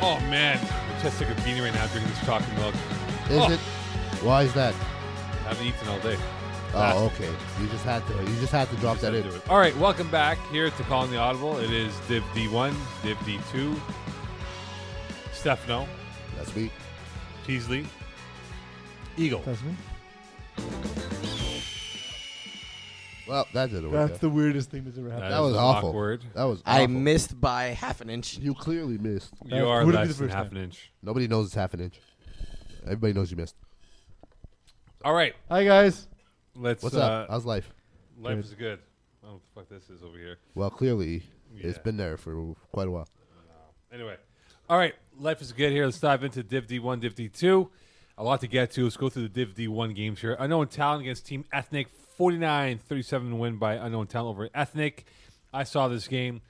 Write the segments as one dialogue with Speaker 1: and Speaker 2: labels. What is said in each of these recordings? Speaker 1: Oh man, I'm just like a beanie right now drinking this chocolate milk.
Speaker 2: Is
Speaker 1: Oh.
Speaker 2: it? Why is that?
Speaker 1: I haven't eaten all day. Fast.
Speaker 2: Oh, okay. You just had to. You just had to drop that in.
Speaker 1: Do it. All right, welcome back here to Calling the Audible. It is Div D1, Div D2, Stefano,
Speaker 2: That's me.
Speaker 1: Teasley, Eagle.
Speaker 3: That's me.
Speaker 2: Well, that didn't work.
Speaker 3: That's the weirdest thing that's ever happened.
Speaker 2: that
Speaker 1: is
Speaker 2: was awful.
Speaker 1: Awkward.
Speaker 2: out. that was.
Speaker 4: I
Speaker 2: awful.
Speaker 4: missed by half an inch.
Speaker 2: You clearly missed.
Speaker 1: You are
Speaker 3: Wouldn't
Speaker 1: less
Speaker 3: be the
Speaker 1: than
Speaker 3: first
Speaker 1: half
Speaker 3: time.
Speaker 1: an inch.
Speaker 2: Nobody knows it's half an inch. Everybody knows you missed.
Speaker 1: All right,
Speaker 3: Hi guys.
Speaker 1: let's.
Speaker 2: What's
Speaker 1: uh,
Speaker 2: up? How's life?
Speaker 1: Life
Speaker 3: Good.
Speaker 1: is good. I don't know what the fuck this is over here.
Speaker 2: Well, clearly it's
Speaker 1: Yeah.
Speaker 2: been there for quite a while.
Speaker 1: Anyway, all right, life is good here. Let's dive into Div D1, Div D2. A lot to get to. Let's go through the Div D1 games here. Unknown Talent against Team Ethnic, 49 37 win by Unknown Talent over Ethnic. I saw this game.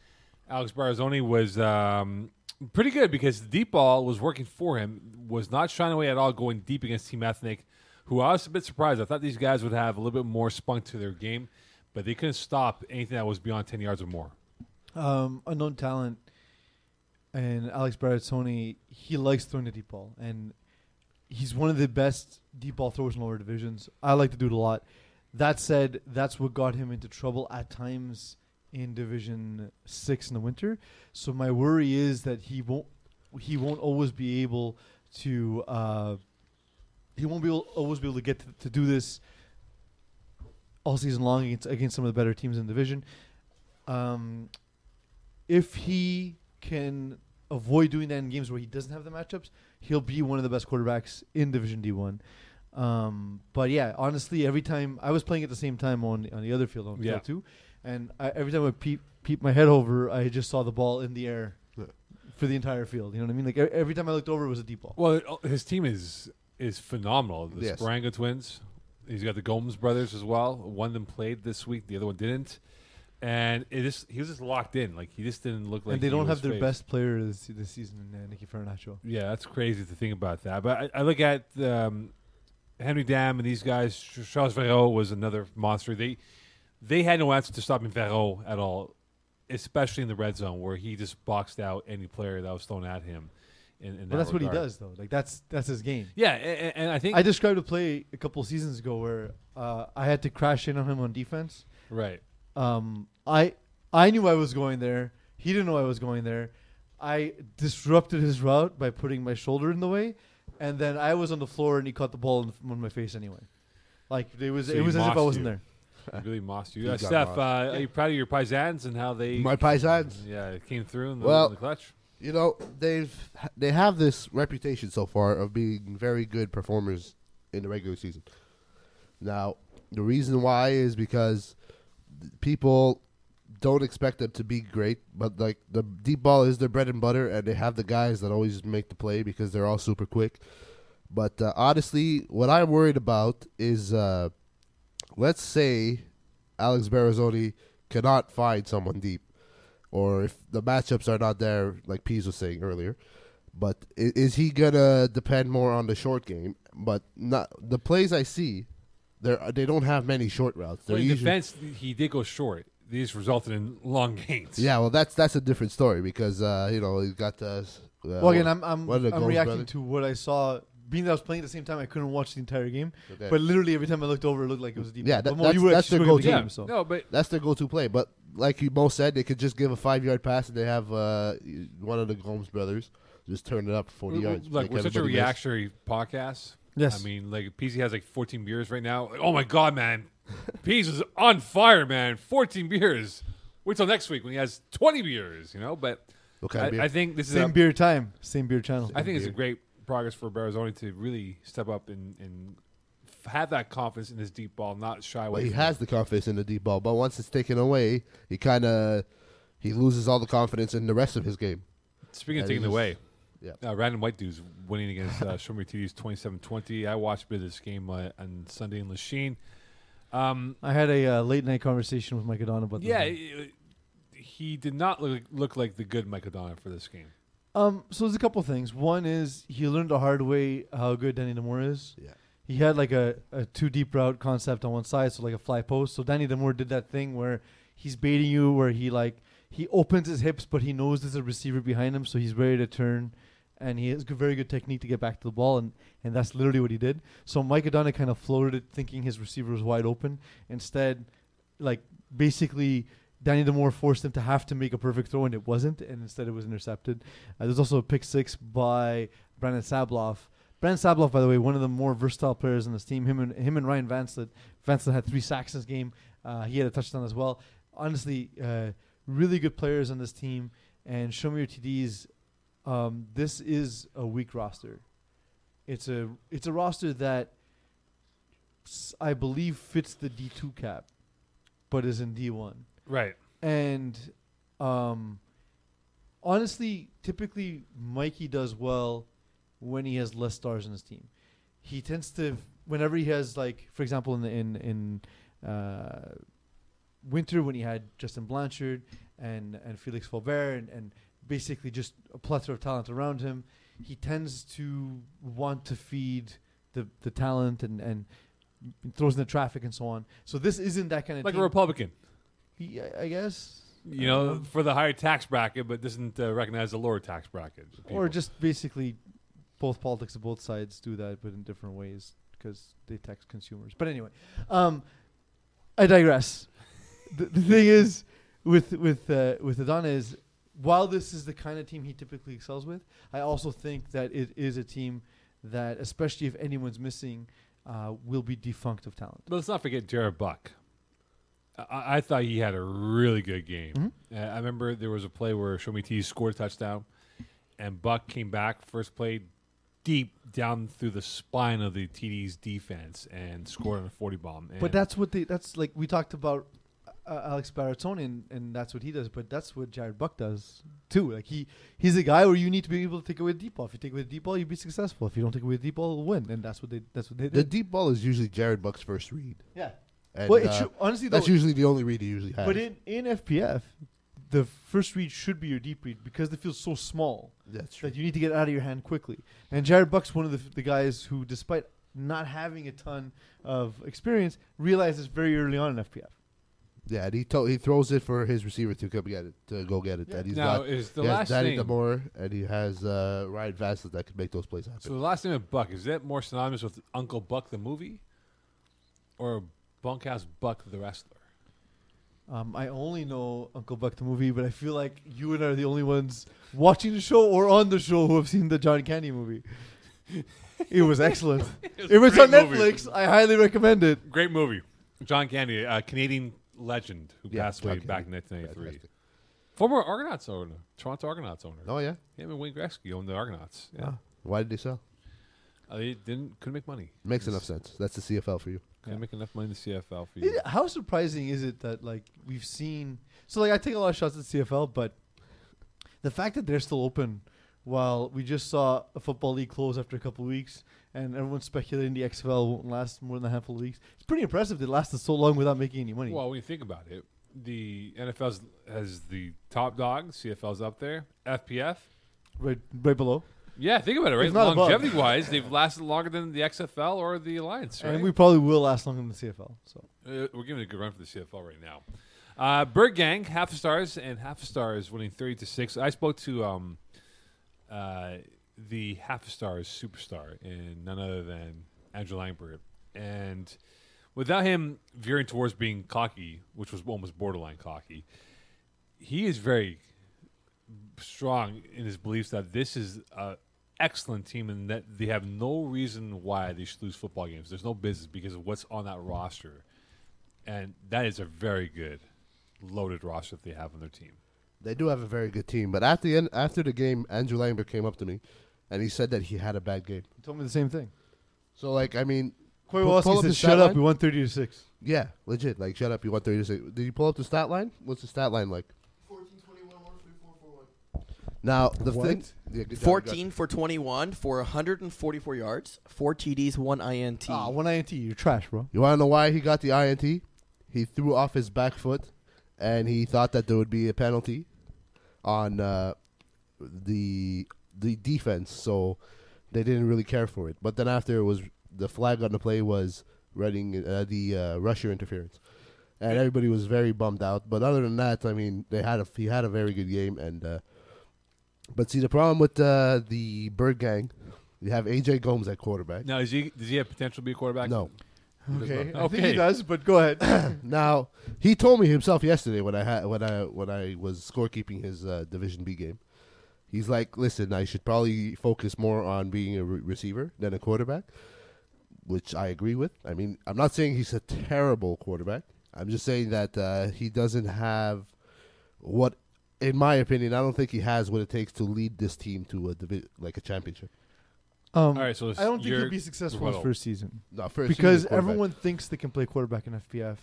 Speaker 1: Alex Barazzoni was um, pretty good because the deep ball was working for him, was not shying away at all going deep against Team Ethnic, who I was a bit surprised. I thought these guys would have a little bit more spunk to their game, but they couldn't stop anything that was beyond 10 yards or more.
Speaker 3: Um, unknown talent and Alex Barazzoni. He likes throwing the deep ball, and he's one of the best deep ball throwers in lower divisions. I like to do it a lot. That said, that's what got him into trouble at times in Division Six in the winter. So my worry is that he won't he won't always be able to uh, he won't be able, always be able to get to, to do this all season long against against some of the better teams in the division. Um, if he can avoid doing that in games where he doesn't have the matchups, he'll be one of the best quarterbacks in Division D one. Um, but yeah, honestly, every time I was playing at the same time on on the other field on
Speaker 1: Yeah.
Speaker 3: field two, and I, every time I peep peep my head over, I just saw the ball in the air
Speaker 2: Yeah.
Speaker 3: for the entire field. You know what I mean? Like e- every time I looked over, it was a deep ball.
Speaker 1: Well, uh, his team is is phenomenal. The
Speaker 2: Yes.
Speaker 1: Sparanga twins. He's got the Gomes brothers as well. One of them played this week, the other one didn't. And it is he was just locked in. Like he just didn't look like
Speaker 3: and they
Speaker 1: he
Speaker 3: don't
Speaker 1: was
Speaker 3: have their
Speaker 1: phased.
Speaker 3: best player this, this season, uh, Nicky Farinacho.
Speaker 1: Yeah, that's crazy to think about that. But I, I look at um, Henry Dam and these guys. Ch- Charles Ferro was another monster. They they had no answer to stopping Ferro at all, especially in the red zone where he just boxed out any player that was thrown at him. In, in
Speaker 3: But
Speaker 1: that
Speaker 3: that's what he
Speaker 1: regard.
Speaker 3: does, though. Like that's that's his game.
Speaker 1: Yeah, and, and I think
Speaker 3: I described a play a couple seasons ago where uh, I had to crash in on him on defense.
Speaker 1: right.
Speaker 3: Um, I I knew I was going there. He didn't know I was going there. I disrupted his route by putting my shoulder in the way, and then I was on the floor and he caught the ball in, in my face anyway. Like it was
Speaker 1: So
Speaker 3: it
Speaker 1: he
Speaker 3: was as if I
Speaker 1: mossed
Speaker 3: wasn't
Speaker 1: you.
Speaker 3: there.
Speaker 1: You really mossed
Speaker 2: He
Speaker 1: you. Uh,
Speaker 2: got
Speaker 1: Steph,
Speaker 2: mossed.
Speaker 1: uh, are you proud of your Paisans and how they
Speaker 2: My paisans.
Speaker 1: yeah it came through in the,
Speaker 2: Well-
Speaker 1: in the clutch?
Speaker 2: You know, they've they have this reputation so far of being very good performers in the regular season. Now, the reason why is because th- people don't expect them to be great, but like the deep ball is their bread and butter, and they have the guys that always make the play because they're all super quick. But uh, honestly, what I'm worried about is, uh, let's say Alex Barazzoni cannot find someone deep, or if the matchups are not there, like Pease was saying earlier. But i- is he gonna depend more on the short game? But not the plays I see, they they don't have many short routes. They're
Speaker 1: Well, in
Speaker 2: usually-
Speaker 1: defense, he did go short. These resulted in long gains.
Speaker 2: Yeah, well, that's that's a different story because uh, you know he's got the. s- Uh,
Speaker 3: Well, again, I'm I'm,
Speaker 2: what are the
Speaker 3: I'm
Speaker 2: goals,
Speaker 3: reacting
Speaker 2: brother?
Speaker 3: to what I saw. Being that I was playing at the same time, I couldn't watch the entire game.
Speaker 2: Okay.
Speaker 3: But literally every time I looked over, it looked like it was a deep.
Speaker 2: Yeah,
Speaker 3: ball.
Speaker 2: that-
Speaker 3: But Mo,
Speaker 2: that's-
Speaker 3: you were
Speaker 2: that's
Speaker 3: actually
Speaker 2: their
Speaker 3: screwing the
Speaker 2: goal
Speaker 3: game,
Speaker 1: Yeah.
Speaker 3: so.
Speaker 1: No, but
Speaker 2: that's their go-to play. But like you both said, they could just give a five-yard pass, and they have uh, one of the Gomes brothers just turn it up forty
Speaker 1: w-
Speaker 2: yards.
Speaker 1: w- like
Speaker 2: make
Speaker 1: we're such a
Speaker 2: everybody miss.
Speaker 1: reactionary podcast.
Speaker 3: Yes.
Speaker 1: I mean, like PZ has like 14 beers right now. Like, oh my god, man, PZ is on fire, man. 14 beers. Wait till next week when he has 20 beers. You know, but
Speaker 2: Okay,
Speaker 1: I,
Speaker 2: beer.
Speaker 1: I think this is
Speaker 3: Same
Speaker 1: a-
Speaker 3: beer time, same beer channel.
Speaker 1: I think it's a
Speaker 2: Indeed.
Speaker 1: great progress for Barazzoni to really step up and, and f- have that confidence in his deep ball, not shy away.
Speaker 2: Well, he
Speaker 1: from
Speaker 2: has
Speaker 1: it.
Speaker 2: the confidence in the deep ball, but once it's taken away, he kind of he loses all the confidence in the rest of his game.
Speaker 1: Speaking of
Speaker 2: Yeah, he
Speaker 1: taking the
Speaker 2: just-
Speaker 1: away,
Speaker 2: yeah.
Speaker 1: uh, Random White Dudes winning against uh, Shomer TD's 27-20. I watched a bit of this game uh, on Sunday in Lachine. Um,
Speaker 3: I had a uh, late night conversation with Mike Adon about this.
Speaker 1: yeah,
Speaker 3: game.
Speaker 1: it- he did not look, look like the good Mike O'Donnell for this game.
Speaker 3: Um. So there's a couple things. One is he learned the hard way how good Danny Demore is.
Speaker 2: Yeah.
Speaker 3: He had like a, a two deep route concept on one side, so like a fly post. So Danny Demore did that thing where he's baiting you, where he like he opens his hips, but he knows there's a receiver behind him, so he's ready to turn and he has good, very good technique to get back to the ball, and, and that's literally what he did. So Mike Adana kind of floated it, thinking his receiver was wide open. Instead, like basically, Danny DeMore forced him to have to make a perfect throw, and it wasn't, and instead it was intercepted. Uh, there's also a pick six by Brandon Sabloff. Brandon Sabloff, by the way, one of the more versatile players on this team. Him and him and Ryan Vanslet. Vanslet had three sacks this game. Uh, he had a touchdown as well. Honestly, uh, really good players on this team. And show me your TDs. Um, this is a weak roster. It's a it's a roster that s- I believe fits the D two cap, but is in D one.
Speaker 1: Right.
Speaker 3: And um, honestly, typically Mikey does well when he has less stars in his team. He tends to whenever he has like, for example, in the, in in uh, winter when he had Justin Blanchard and and Felix Faubert and, and basically just a plethora of talent around him, he tends to want to feed the the talent and and throws in the traffic and so on. So this isn't that kind of
Speaker 1: Like a
Speaker 3: team.
Speaker 1: Republican,
Speaker 3: Yeah, I guess.
Speaker 1: you know,
Speaker 3: Um,
Speaker 1: for the higher tax bracket, but doesn't uh, recognize the lower tax bracket.
Speaker 3: or
Speaker 1: people.
Speaker 3: just basically both politics of both sides do that, but in different ways because they tax consumers. But anyway, um, I digress. the, the thing is, with with uh, with Adana is, while this is the kind of team he typically excels with, I also think that it is a team that, especially if anyone's missing, uh, will be defunct of talent.
Speaker 1: But let's not forget Jared Buck. I- I, I thought he had a really good game.
Speaker 3: Mhm.
Speaker 1: Uh, I remember there was a play where Shomi T scored a touchdown, and Buck came back first play deep down through the spine of the TD's defense and scored on a forty bomb. And
Speaker 3: But that's what they. That's like we talked about uh, Alex Barattoni, and, and that's what he does. But that's what Jared Buck does too. Like he, he's a guy where you need to be able to take away the deep ball. If you take away the deep ball, you'll be successful. If you don't take away the deep ball, you'll win. And that's what they. That's what they
Speaker 2: The
Speaker 3: did.
Speaker 2: deep ball is usually Jared Buck's first read.
Speaker 3: yeah.
Speaker 2: And,
Speaker 3: well, it
Speaker 2: uh,
Speaker 3: should, honestly, though,
Speaker 2: that's usually the only read he usually has.
Speaker 3: but in in FPF, the first read should be your deep read because the field's so small
Speaker 2: that's true.
Speaker 3: that you need to get out of your hand quickly. And Jared Buck's one of the, the guys who, despite not having a ton of experience, realized this very early on in FPF.
Speaker 2: Yeah, and he to- he throws it for his receiver to come get it to go get it.
Speaker 3: Yeah.
Speaker 2: And he's
Speaker 1: now
Speaker 2: got
Speaker 1: is the
Speaker 2: he has
Speaker 1: last
Speaker 2: Danny
Speaker 1: thing.
Speaker 2: Damore and he has uh, Ryan Vassell that could make those plays happen.
Speaker 1: So the last name of Buck is that more synonymous with Uncle Buck the movie, or Bunkhouse Buck the wrestler?
Speaker 3: Um, I only know Uncle Buck the movie, but I feel like you and I are the only ones watching the show or on the show who have seen the John Candy movie. it was excellent.
Speaker 1: was
Speaker 3: if
Speaker 1: a
Speaker 3: it's on
Speaker 1: great movie.
Speaker 3: Netflix, I highly recommend it.
Speaker 1: Great movie. John Candy, a Canadian legend who
Speaker 2: Yeah,
Speaker 1: passed
Speaker 2: John
Speaker 1: away
Speaker 2: Candy.
Speaker 1: back in 1993.
Speaker 2: Fantastic.
Speaker 1: Former Argonauts owner, Toronto Argonauts owner.
Speaker 2: Oh yeah,
Speaker 1: Him and Wayne Gretzky owned the Argonauts. Yeah,
Speaker 2: Ah, why did they sell?
Speaker 1: Uh, they didn't couldn't make money.
Speaker 2: Makes
Speaker 1: Yes.
Speaker 2: enough sense. That's the CFL for you.
Speaker 1: Couldn't
Speaker 3: Yeah.
Speaker 1: make enough money in the CFL for you.
Speaker 3: It- How surprising is it that like we've seen? So like I take a lot of shots at CFL, but the fact that they're still open, while we just saw a football league close after a couple of weeks, and everyone's speculating the XFL won't last more than a handful of weeks. It's pretty impressive they lasted so long without making any money.
Speaker 1: Well, when you think about it, the NFL has the top dog. CFL's up there. FPF.
Speaker 3: right, right below.
Speaker 1: Yeah, think about it. Right,
Speaker 3: It's not above.
Speaker 1: longevity wise, they've lasted longer than the XFL or the Alliance. Right?
Speaker 3: And we probably will last longer than the CFL. So
Speaker 1: Uh, we're giving it a good run for the CFL right now. Uh, Bird Gang, half stars and half stars winning 30 to 6. I spoke to um, uh, the half stars superstar in none other than Andrew Langbert. And without him veering towards being cocky, which was almost borderline cocky, he is very strong in his beliefs that this is an excellent team and that they have no reason why they should lose football games. There's no business because of what's on that roster. And that is a very good loaded roster that they have on their team.
Speaker 2: They do have a very good team, but at the end, after the game, Andrew Lambert came up to me, and he said that he had a bad game.
Speaker 3: you told me the same thing.
Speaker 2: So like, I mean,
Speaker 3: Corey
Speaker 2: Pull- pull
Speaker 3: Wallski
Speaker 2: up
Speaker 3: said,
Speaker 2: his
Speaker 3: "Shut
Speaker 2: stat
Speaker 3: up,
Speaker 2: line.
Speaker 3: we won thirty to six.
Speaker 2: yeah, legit. Like, shut up. You want thirty to six? Did you pull up the stat line? What's the stat line like? Now the
Speaker 3: What?
Speaker 2: thing, yeah, good job, you
Speaker 4: 14 for 21 for 144 yards, four TDs, one INT.
Speaker 3: Ah, one INT. You're trash, bro.
Speaker 2: got- You want to know why he got the INT? He threw off his back foot, and he thought that there would be a penalty on uh, the the defense, so they didn't really care for it. But then after it was the flag on the play was running uh, the uh, rusher interference, and everybody was very bummed out. But other than that, I mean, they had a he had a very good game, and uh, But see, the problem with uh, the Bird Gang, you have AJ Gomes at quarterback.
Speaker 1: Now, is he, does he have potential to be a quarterback?
Speaker 2: No.
Speaker 3: Okay. Um, I think
Speaker 1: Okay.
Speaker 3: he does, but go ahead.
Speaker 2: Now he told me himself yesterday when I had when I when I was scorekeeping his uh, Division B game. He's like, listen, I should probably focus more on being a re- receiver than a quarterback, which I agree with. I mean, I'm not saying he's a terrible quarterback. I'm just saying that uh, he doesn't have what, in my opinion, I don't think he has what it takes to lead this team to a divi- like a championship.
Speaker 3: Um,
Speaker 1: All right, so
Speaker 3: I don't think
Speaker 1: you're-
Speaker 3: he'll be successful his
Speaker 1: well,
Speaker 3: first season
Speaker 2: No, first
Speaker 3: because
Speaker 2: season quarterback.
Speaker 3: everyone thinks they can play quarterback in FPF,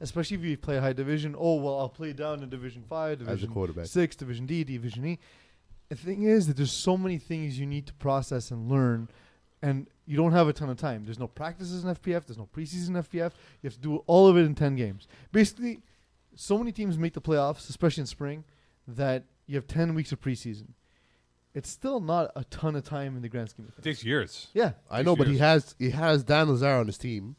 Speaker 3: especially if you play high division. Oh well, I'll play down in Division Five,
Speaker 2: as a
Speaker 3: Division
Speaker 2: quarterback.
Speaker 3: Six, Division D, Division E. The thing is that there's so many things you need to process and learn, and you don't have a ton of time. There's no practices in FPF. There's no preseason in FPF. You have to do all of it in ten games. Basically, so many teams make the playoffs, especially in spring, that you have ten weeks of preseason. It's still not a ton of time in the grand scheme of
Speaker 1: It
Speaker 3: things.
Speaker 1: takes years.
Speaker 3: Yeah,
Speaker 2: I know, but he has he has Dan Lazar on his team.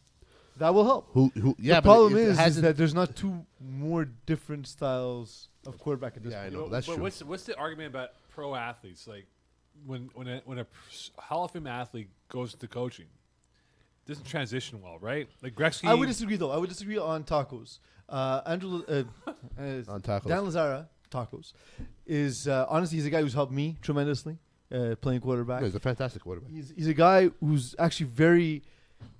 Speaker 3: that will help.
Speaker 2: Who, who, yeah,
Speaker 3: the
Speaker 2: but
Speaker 3: problem
Speaker 2: it- it
Speaker 3: is, is
Speaker 2: hasn't-
Speaker 3: that there's not two more different styles of quarterback at this
Speaker 2: Yeah, I
Speaker 3: point.
Speaker 2: know.
Speaker 1: But-
Speaker 2: That's
Speaker 1: but
Speaker 2: true.
Speaker 1: What's what's the argument about pro athletes? Like when when a, when a pr- Hall of Fame athlete goes into coaching, doesn't transition well, right? Like Gretzky.
Speaker 3: I would disagree though. I would disagree on tacos. Uh, Andrew uh, uh,
Speaker 2: on tackles.
Speaker 3: Dan Lazara tacos is uh, honestly he's a guy who's helped me tremendously uh, playing quarterback.
Speaker 2: No, he's a fantastic quarterback.
Speaker 3: He's, he's a guy who's actually very.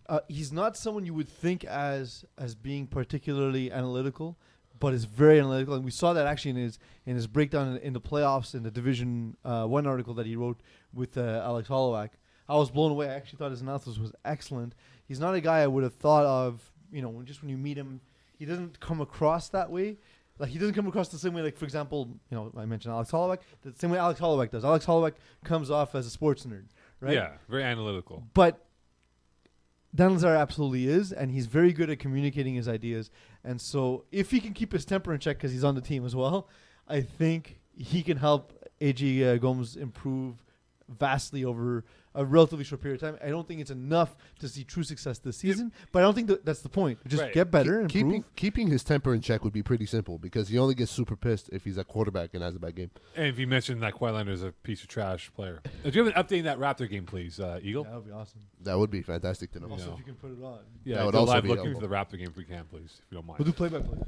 Speaker 3: Uh, he's not someone you would think as as being particularly analytical, but is very analytical, and we saw that actually in his in his breakdown in, in the playoffs in the Division uh, One article that he wrote with uh, Alex Holowak. I was blown away. I actually thought his analysis was excellent. He's not a guy I would have thought of. You know, when- just when you meet him, he doesn't come across that way. Like he doesn't come across the same way. Like for example, you know, I mentioned Alex Holowak. The same way Alex Holowak does. Alex Holowak comes off as a sports nerd, right?
Speaker 1: Yeah, very analytical.
Speaker 3: But Dan Lazar absolutely is, and he's very good at communicating his ideas. And so, if he can keep his temper in check because he's on the team as well, I think he can help AJ uh, Gomes improve vastly over a relatively short period of time. I don't think it's enough to see true success this
Speaker 1: Yeah.
Speaker 3: season, but I don't think that that's the point. Just
Speaker 1: Right.
Speaker 3: get better,
Speaker 2: Keep-
Speaker 3: improve.
Speaker 2: keeping keeping his temper in check would be pretty simple because he only gets super pissed if he's a quarterback and has a bad game.
Speaker 1: And if you mentioned that Quitelander is a piece of trash player, do you have an update in that Raptor game, please, uh, Eagle?
Speaker 3: that would be awesome.
Speaker 2: That would be fantastic to know.
Speaker 1: Yeah.
Speaker 3: Also, if you can put it on,
Speaker 1: Yeah,
Speaker 2: That would
Speaker 1: do a
Speaker 2: also
Speaker 1: live
Speaker 2: be
Speaker 1: looking for the Raptor
Speaker 2: helpful.
Speaker 1: game if we can, please, if you don't
Speaker 3: we'll
Speaker 1: mind.
Speaker 3: do play by play.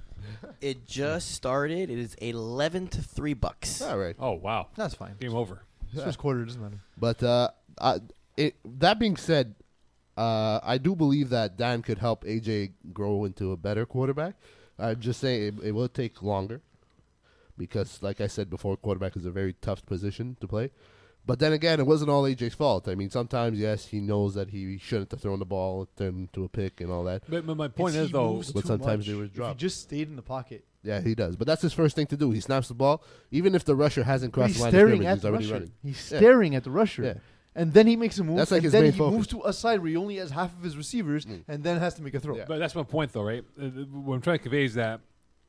Speaker 4: It just started. It is eleven to three bucks.
Speaker 2: All right,
Speaker 1: Oh wow,
Speaker 3: That's fine.
Speaker 1: game over.
Speaker 3: It's first quarter, it doesn't matter.
Speaker 2: but uh, I, it, that being said, uh, I do believe that Dan could help AJ grow into a better quarterback. I'm just saying it, it will take longer because, like I said before, quarterback is a very tough position to play. But then again, it wasn't all AJ's fault. I mean, sometimes yes, he knows that he shouldn't have thrown the ball, turned into a pick, and all that.
Speaker 1: But, but my point
Speaker 3: It's-
Speaker 1: is
Speaker 3: he
Speaker 1: though,
Speaker 3: moves
Speaker 2: But
Speaker 3: too
Speaker 2: sometimes
Speaker 3: much.
Speaker 2: they were
Speaker 3: If
Speaker 2: dropped.
Speaker 3: He just stayed in the pocket.
Speaker 2: Yeah, he does. But that's his first thing to do. He snaps the ball, even if the rusher hasn't
Speaker 3: But
Speaker 2: crossed
Speaker 3: he's
Speaker 2: the line of
Speaker 3: staring
Speaker 2: scrimmage.
Speaker 3: at
Speaker 2: He's
Speaker 3: the
Speaker 2: already
Speaker 3: rusher.
Speaker 2: running.
Speaker 3: He's
Speaker 2: Yeah.
Speaker 3: staring at the rusher,
Speaker 2: Yeah.
Speaker 3: and then he makes a move.
Speaker 2: That's like
Speaker 3: and
Speaker 2: his
Speaker 3: then
Speaker 2: main
Speaker 3: he
Speaker 2: focus.
Speaker 3: moves to a side where he only has half of his receivers,
Speaker 2: Mm.
Speaker 3: and then has to make a throw.
Speaker 2: Yeah.
Speaker 1: But that's my point, though, right? Uh, th- What I'm trying to convey is that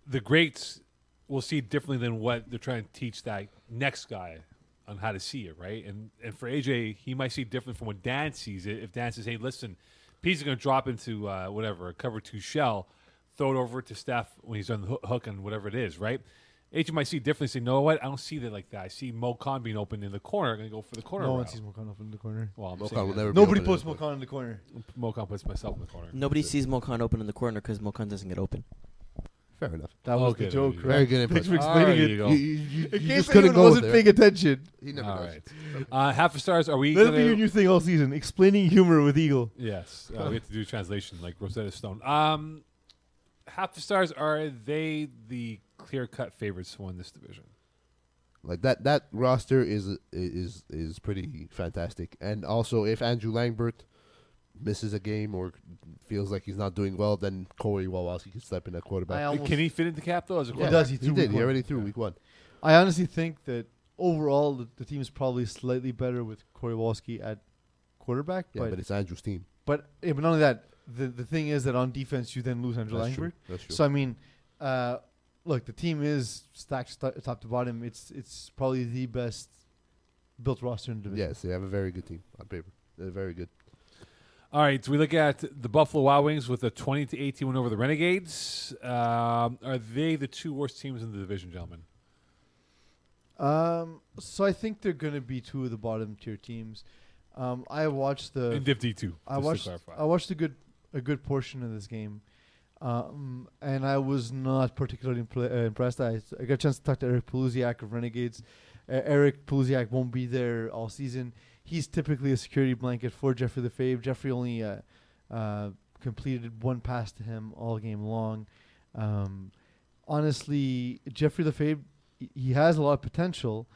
Speaker 1: the greats will see differently than what they're trying to teach that next guy on how to see it, right? And and for AJ, he might see different from what Dan sees it. If Dan says, "Hey, listen, P's is going to drop into uh, whatever a cover two shell, throw it over to Steph when he's on the hoo- hook and whatever it is," right? AJ might see differently. Say, "No, what? I don't see that like that. I see Mo Khan being open in the corner. I'm going to go for the corner."
Speaker 3: No one
Speaker 1: route."
Speaker 3: sees Mokan up in the corner.
Speaker 1: Well, I'm
Speaker 2: Mokan
Speaker 1: saying
Speaker 2: will
Speaker 1: that.
Speaker 2: never be
Speaker 3: Nobody
Speaker 2: open
Speaker 3: puts
Speaker 2: in the
Speaker 3: Mokan in the corner.
Speaker 1: Mo Khan puts myself in the corner.
Speaker 4: Nobody sees Mokan open in the corner because Mokan doesn't get open.
Speaker 2: Fair enough.
Speaker 3: That was
Speaker 1: Okay, there
Speaker 3: the joke.
Speaker 1: you go.
Speaker 3: right?
Speaker 2: Very good input.
Speaker 3: Thanks for explaining
Speaker 1: Alright,
Speaker 3: it.
Speaker 1: Eagle.
Speaker 2: You, you- you-
Speaker 3: In
Speaker 2: you
Speaker 3: case
Speaker 2: just couldn't
Speaker 3: anyone
Speaker 2: go
Speaker 3: wasn't
Speaker 2: there.
Speaker 3: paying attention,
Speaker 2: He never
Speaker 1: All
Speaker 2: knows.
Speaker 1: right. Uh, half a stars. Are we?
Speaker 3: that'll be
Speaker 1: gonna-
Speaker 3: your new thing all season: explaining humor with Eagle.
Speaker 1: Yes, uh, we have to do translation like Rosetta Stone. Um, half the stars are they the clear cut favorites to win this division?
Speaker 2: Like that, that roster is is is pretty fantastic. And also, if Andrew Langbert misses a game or feels like he's not doing well, then Corey Wawowski can step in at
Speaker 3: I
Speaker 2: quarterback.
Speaker 3: almost,
Speaker 1: Can he fit into cap though? As a
Speaker 2: Yeah,
Speaker 1: quarterback?
Speaker 3: does. He
Speaker 2: He,
Speaker 3: threw
Speaker 2: did.
Speaker 3: week
Speaker 2: He
Speaker 3: one.
Speaker 2: already threw
Speaker 1: Yeah.
Speaker 2: week one.
Speaker 3: I honestly think that overall the, the team is probably slightly better with Corey Walski at quarterback,
Speaker 2: Yeah, but,
Speaker 3: but
Speaker 2: it's Andrew's team.
Speaker 3: But yeah, but not only that, the the thing is that on defense you then lose Andrew
Speaker 2: That's true.
Speaker 3: Langford.
Speaker 2: That's true.
Speaker 3: So I mean, uh, look, the team is stacked st- top to bottom. It's it's probably the best built roster in the division.
Speaker 2: yes, they have a very good team on paper. They're very good.
Speaker 1: All right. So we look at the Buffalo Wild Wings with a twenty to eighteen win over the Renegades. Um, are they the two worst teams in the division, gentlemen?
Speaker 3: Um, so I think they're going to be two of the bottom tier teams. Um, I watched the
Speaker 1: in Div D two.
Speaker 3: I watched I watched a good a good portion of this game, um, and I was not particularly impl- uh, impressed. I, I got a chance to talk to Eric Polusiak of Renegades. Uh, Eric Polusiak won't be there all season. He's typically a security blanket for Jeffrey Lefebvre. Jeffrey only uh, uh, completed one pass to him all game long. Um, honestly, Jeffrey Lefebvre, he- he has a lot of potential.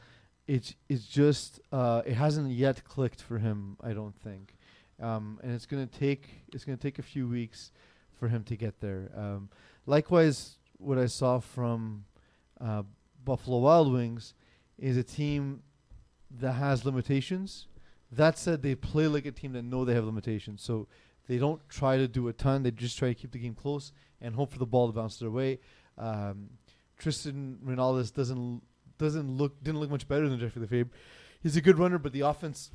Speaker 3: It's it's just uh, it hasn't yet clicked for him. I don't think, um, and it's gonna take it's gonna take a few weeks for him to get there. Um, likewise, what I saw from uh, Buffalo Wild Wings is a team that has limitations. That said, they play like a team that know they have limitations, so they don't try to do a ton. They just try to keep the game close and hope for the ball to bounce their way. Um, Tristan Rinaldos doesn't doesn't look didn't look much better than Jeffrey Lefebvre. He's a good runner, but the offense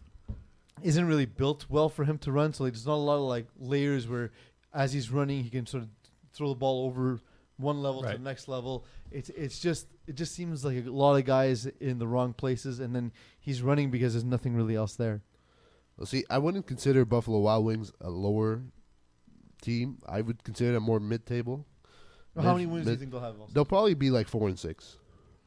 Speaker 3: isn't really built well for him to run. So like, there's not a lot of like layers where, as he's running, he can sort of throw the ball over one level to
Speaker 1: Right.
Speaker 3: the next level. It's it's just it just seems like a lot of guys in the wrong places, and then he's running because there's nothing really else there.
Speaker 2: Well, see, I wouldn't consider Buffalo Wild Wings a lower team. I would consider them more mid-table.
Speaker 3: How
Speaker 2: Mid-
Speaker 3: many wins do you
Speaker 2: mid-
Speaker 3: think they'll have? Also?
Speaker 2: They'll probably be like four and six.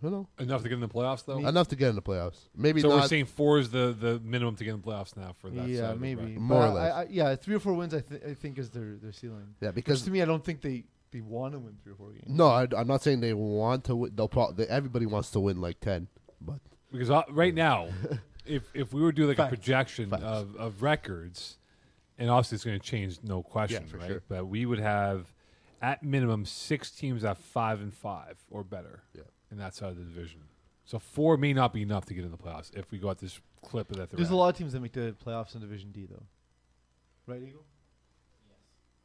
Speaker 2: You know,
Speaker 1: enough to get in the playoffs though.
Speaker 2: enough to get in the playoffs. Maybe
Speaker 1: so we're
Speaker 2: not.
Speaker 1: saying four is the, the minimum to get in the playoffs now for that. side
Speaker 3: Yeah,
Speaker 1: of the
Speaker 3: maybe
Speaker 1: bracket.
Speaker 2: More
Speaker 3: But
Speaker 2: or
Speaker 3: I-
Speaker 2: less.
Speaker 3: I, I, yeah, three or four wins. I, th- I think is their their ceiling.
Speaker 2: yeah,
Speaker 3: Because
Speaker 2: because
Speaker 3: to me, I don't think they, they want to win three or four games.
Speaker 2: no, I, am not saying they want to. Win, they'll probably everybody wants to win like ten, but
Speaker 1: Because uh, right now, if if we were to do like
Speaker 3: Facts.
Speaker 1: a projection
Speaker 2: Facts.
Speaker 1: of, of records, and obviously it's going to change, no question,
Speaker 2: for
Speaker 1: right?
Speaker 2: sure.
Speaker 1: But we would have at minimum six teams at five and five or better
Speaker 2: Yeah.
Speaker 1: in that side of the division. So four may not be enough to get in the playoffs if we got this clip of that.
Speaker 3: There's a lot of teams that make the playoffs in Division D, though. Right, Eagle?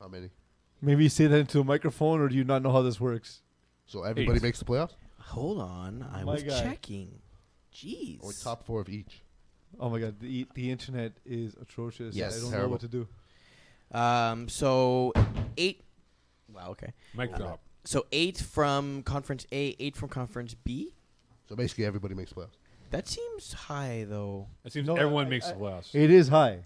Speaker 2: how many?
Speaker 3: Maybe you say that into a microphone, or do you not know how this works?
Speaker 2: So everybody
Speaker 1: Eight.
Speaker 2: makes the playoffs
Speaker 4: Hold on, I
Speaker 3: My
Speaker 4: was
Speaker 3: guy.
Speaker 4: checking. Jeez.
Speaker 2: or top four of each.
Speaker 3: Oh my God, the the internet is atrocious.
Speaker 2: Yes,
Speaker 3: I don't know
Speaker 2: terrible.
Speaker 3: what to do.
Speaker 4: Um. So eight. Wow. Okay.
Speaker 1: Mic drop.
Speaker 4: So eight from conference A, eight from conference B.
Speaker 2: So basically, everybody makes playoffs.
Speaker 4: That seems high, though.
Speaker 1: It seems
Speaker 3: No,
Speaker 1: everyone
Speaker 3: I-
Speaker 1: makes
Speaker 3: I-
Speaker 1: the playoffs.
Speaker 3: It is high.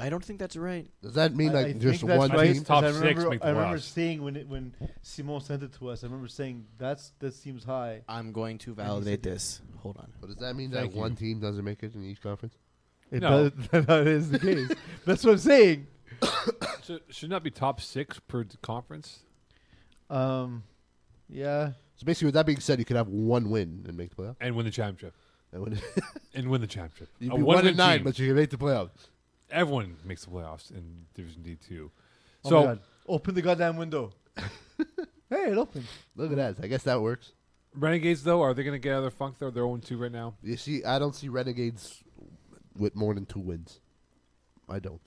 Speaker 4: I don't think that's right.
Speaker 2: Does that mean
Speaker 3: I,
Speaker 2: like
Speaker 3: I think
Speaker 2: just
Speaker 3: that's
Speaker 2: one
Speaker 3: right,
Speaker 2: team?
Speaker 1: Top
Speaker 3: because I
Speaker 1: six
Speaker 3: remember,
Speaker 1: make the
Speaker 3: I remember
Speaker 1: playoffs.
Speaker 3: saying when it, when Simon sent it to us, I remember saying that's that seems high.
Speaker 4: I'm going to validate this. Hold on.
Speaker 2: But does that mean that
Speaker 1: Thank you.
Speaker 2: one team doesn't make it in each conference?
Speaker 3: It
Speaker 1: No.
Speaker 3: does, that is the case. that's what I'm saying.
Speaker 1: should, should not be top six per d- conference.
Speaker 3: Um, yeah.
Speaker 2: So basically, with that being said, you could have one win and make the playoffs.
Speaker 1: and win the championship
Speaker 2: And win-
Speaker 1: and win the championship.
Speaker 2: You'd
Speaker 1: A
Speaker 2: be one
Speaker 1: one-win
Speaker 2: and nine,
Speaker 1: team.
Speaker 2: but you can make the playoffs.
Speaker 1: everyone makes the playoffs in Division D two.
Speaker 3: Oh
Speaker 1: so
Speaker 3: my God. open the goddamn window. hey, it opened.
Speaker 2: Look at that. I guess that works.
Speaker 1: Renegades though, are they going to get out of their funk? Though they're own two right now.
Speaker 2: You see, I don't see Renegades with more than two wins. I don't.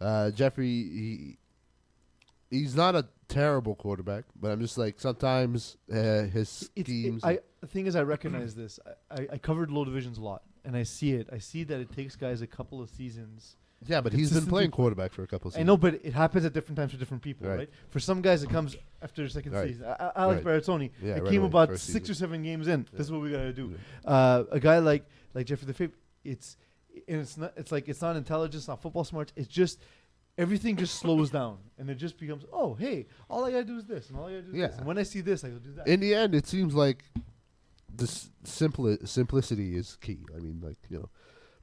Speaker 2: Uh, Jeffrey, he, he's not a terrible quarterback, but I'm just like sometimes uh, his
Speaker 3: It's,
Speaker 2: schemes.
Speaker 3: I, the thing is, I recognize this. I, I, I covered low divisions a lot, and I see it. I see that it takes guys a couple of seasons.
Speaker 2: yeah, but he's been
Speaker 3: consistently-
Speaker 2: playing quarterback for a couple. Of
Speaker 3: I
Speaker 2: seasons.
Speaker 3: know, but it happens at different times for different people, right?
Speaker 2: Right.
Speaker 3: For some guys, it comes after the second
Speaker 2: Right.
Speaker 3: season. A- A- Alex Barazzoni,
Speaker 2: Yeah,
Speaker 3: it
Speaker 2: right
Speaker 3: came
Speaker 2: away,
Speaker 3: about
Speaker 2: first
Speaker 3: six or seven games in. This is what we gotta do.
Speaker 2: Yeah.
Speaker 3: Uh, a guy like like Jeffrey the Fifth, it's and it's not. It's like it's not intelligence, not football smarts. It's just everything just slows down, and it just becomes oh hey, all I gotta do is this, and all I gotta do is this.
Speaker 2: Yeah.
Speaker 3: And when I see this, I go do that.
Speaker 2: In the end, it seems like the s- simpli- simplicity is key. I mean, like you know,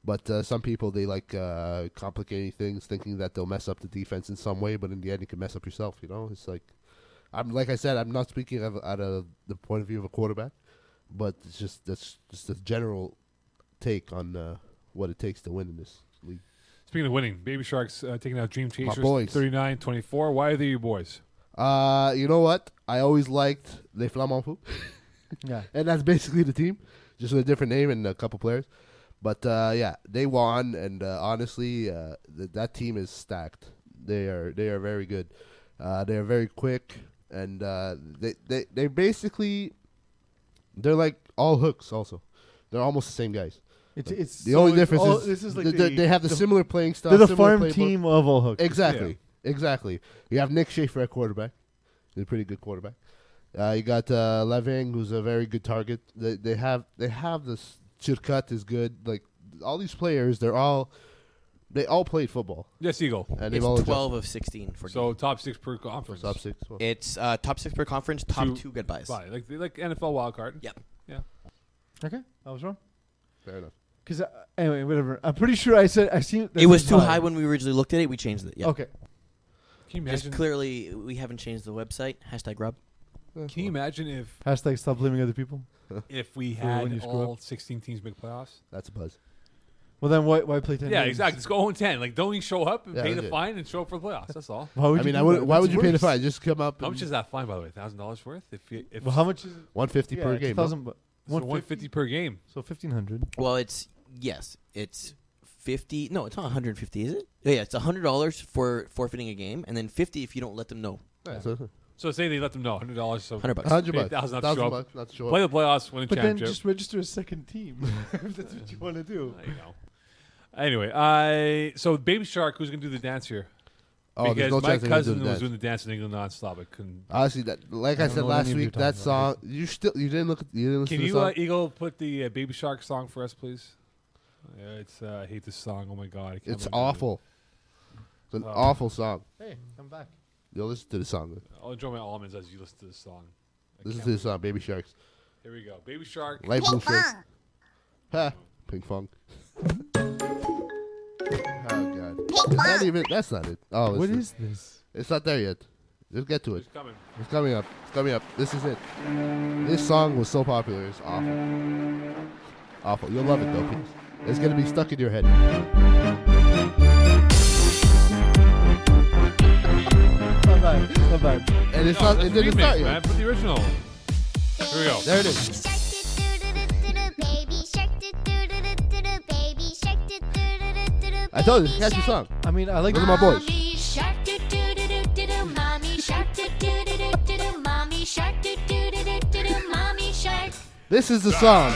Speaker 2: but uh, some people they like uh, complicating things, thinking that they'll mess up the defense in some way. But in the end, you can mess up yourself. You know, it's like I'm like I said, I'm not speaking of, out of the point of view of a quarterback, but it's just that's just a general take on uh, what it takes to win in this league.
Speaker 1: Speaking of winning, Baby Sharks uh, taking out Dream Chasers
Speaker 2: boys.
Speaker 1: 39-24. Why are they your boys?
Speaker 2: Uh, you know what? I always liked Les Flamands Fous.
Speaker 3: yeah.
Speaker 2: and that's basically the team, just with a different name and a couple players. But uh, yeah, they won, and uh, honestly, uh, th- that team is stacked. They are they are very good. Uh, they are very quick, and uh, they they they basically they're like all hooks. Also, they're almost the same guys.
Speaker 3: It's it's
Speaker 2: The
Speaker 3: so
Speaker 2: only
Speaker 3: it's
Speaker 2: difference
Speaker 3: all-
Speaker 2: is,
Speaker 3: this is like
Speaker 2: th- th-
Speaker 3: the-
Speaker 2: they have the,
Speaker 3: the-
Speaker 2: similar playing style.
Speaker 3: They're the
Speaker 2: similar
Speaker 3: farm
Speaker 2: playbook.
Speaker 3: team of all hooks.
Speaker 2: Exactly. Exactly. You have Nick Schaefer at quarterback. He's a pretty good quarterback. Uh, you got uh, Leving, who's a very good target. They, they have they have this. Chirkat is good. Like all these players, they're all they all played football,
Speaker 1: Yes, Eagle.
Speaker 2: and they've all
Speaker 4: It's
Speaker 2: adjusted.
Speaker 4: 12 of 16 for
Speaker 1: So
Speaker 4: so
Speaker 1: top six per conference.
Speaker 2: top six. Well,
Speaker 4: It's uh, top six per conference, top
Speaker 1: Two-
Speaker 4: two, get buys.
Speaker 1: Bye. Like like NFL wild card.
Speaker 4: Yep.
Speaker 3: Okay, I was wrong.
Speaker 2: fair enough.
Speaker 3: Because uh, anyway, whatever. I'm pretty sure I said I seen
Speaker 4: It was too high when we originally looked at it. We changed it. Yeah.
Speaker 3: Okay,
Speaker 1: Can you
Speaker 4: Just
Speaker 1: imagine?
Speaker 4: clearly, we haven't changed the website. Hashtag rub.
Speaker 1: Can you imagine if
Speaker 3: hashtag stop blaming other people.
Speaker 1: if we
Speaker 3: For when
Speaker 1: had
Speaker 3: you screw
Speaker 1: all 16 teams make playoffs?
Speaker 2: That's a buzz.
Speaker 3: Well, then why why play ten?
Speaker 1: Yeah,
Speaker 3: games?
Speaker 1: exactly. Just go 0 10. Like, don't you show up and
Speaker 2: Yeah,
Speaker 1: pay
Speaker 2: that's
Speaker 1: the
Speaker 2: it.
Speaker 1: fine and show up for the playoffs? That's all.
Speaker 3: Why would
Speaker 2: I
Speaker 3: you
Speaker 2: mean,
Speaker 3: do
Speaker 2: I would.
Speaker 3: that?
Speaker 2: Why
Speaker 3: That's
Speaker 2: would you pay the
Speaker 3: worse.
Speaker 2: fine? Just come up.
Speaker 1: How much is that fine, by the way? Thousand dollars worth? If you, if
Speaker 3: Well, how much is
Speaker 2: One fifty
Speaker 3: yeah,
Speaker 2: per
Speaker 3: it's
Speaker 2: game. no?
Speaker 3: 1,000 bu-
Speaker 1: so 150 per game.
Speaker 3: So fifteen hundred.
Speaker 4: Well, it's yes, it's fifty. No, it's not one hundred and fifty, is it? Yeah, yeah, it's hundred dollars for forfeiting a game, and then fifty if you don't let them know.
Speaker 2: Yeah, so-
Speaker 1: So say they let them know hundred dollars. So
Speaker 4: Hundred bucks.
Speaker 2: hundred
Speaker 1: Eight
Speaker 2: bucks.
Speaker 1: thousand not to show
Speaker 2: Thousand
Speaker 1: up.
Speaker 2: bucks. Not to show
Speaker 1: play
Speaker 2: up.
Speaker 1: the playoffs, win a
Speaker 3: But then
Speaker 1: championship.
Speaker 3: just register a second team if that's what you want to do.
Speaker 1: There you go. Anyway, I so Baby Shark, who's gonna do the dance here?
Speaker 2: Oh,
Speaker 1: because
Speaker 2: there's no
Speaker 1: my
Speaker 2: chance they're gonna do
Speaker 1: cousin was
Speaker 2: that.
Speaker 1: doing the dance in England nonstop. I couldn't.
Speaker 2: Honestly, that like
Speaker 3: I
Speaker 2: I,
Speaker 3: don't
Speaker 2: said
Speaker 3: know what any
Speaker 2: last
Speaker 3: of
Speaker 2: week,
Speaker 3: you're
Speaker 2: that
Speaker 3: talking about.
Speaker 2: song you still you didn't look you didn't listen
Speaker 1: Can
Speaker 2: to
Speaker 1: you
Speaker 2: the song.
Speaker 1: uh, Eagle put the uh, Baby Shark song for us, please? Yeah, it's uh, I hate this song. Oh my god, I can't
Speaker 2: it's
Speaker 1: remember.
Speaker 2: awful. It's an
Speaker 1: Oh.
Speaker 2: awful song.
Speaker 3: Hey, I'm back.
Speaker 2: You'll listen to the song.
Speaker 1: I'll enjoy my almonds as you listen to this song. I
Speaker 2: Listen
Speaker 1: can't-
Speaker 2: to the song, Baby Sharks.
Speaker 1: Here we go, Baby Shark.
Speaker 2: Light blue shirts. Ha! Ping pong. oh god. Not even that's not it. Oh
Speaker 3: What
Speaker 2: it's,
Speaker 3: is this?
Speaker 2: it's not there yet. Just get to it.
Speaker 1: It's coming.
Speaker 2: It's coming up. It's coming up. This is it. This song was so popular. It's awful. Awful. You'll love it though. Pete. It's gonna be stuck in your head.
Speaker 3: I'm back. I'm back.
Speaker 2: And it's
Speaker 1: No,
Speaker 2: not.
Speaker 1: that's
Speaker 2: It
Speaker 1: the
Speaker 2: didn't
Speaker 1: remix, man.
Speaker 2: start yet.
Speaker 1: Put the original. Here we go.
Speaker 2: There it is.
Speaker 5: Shark do-do-do-do-do, baby shark do-do-do-do-do, baby shark do-do-do-do-do,
Speaker 2: I told you.
Speaker 5: baby
Speaker 2: Catch the
Speaker 5: shark.
Speaker 2: song.
Speaker 3: I mean, I like
Speaker 2: Those are my boys.
Speaker 5: Mommy shark do-do-do-do-do, mommy shark do-do-do-do-do, mommy shark do-do-do-do-do, mommy shark.
Speaker 2: This is the song.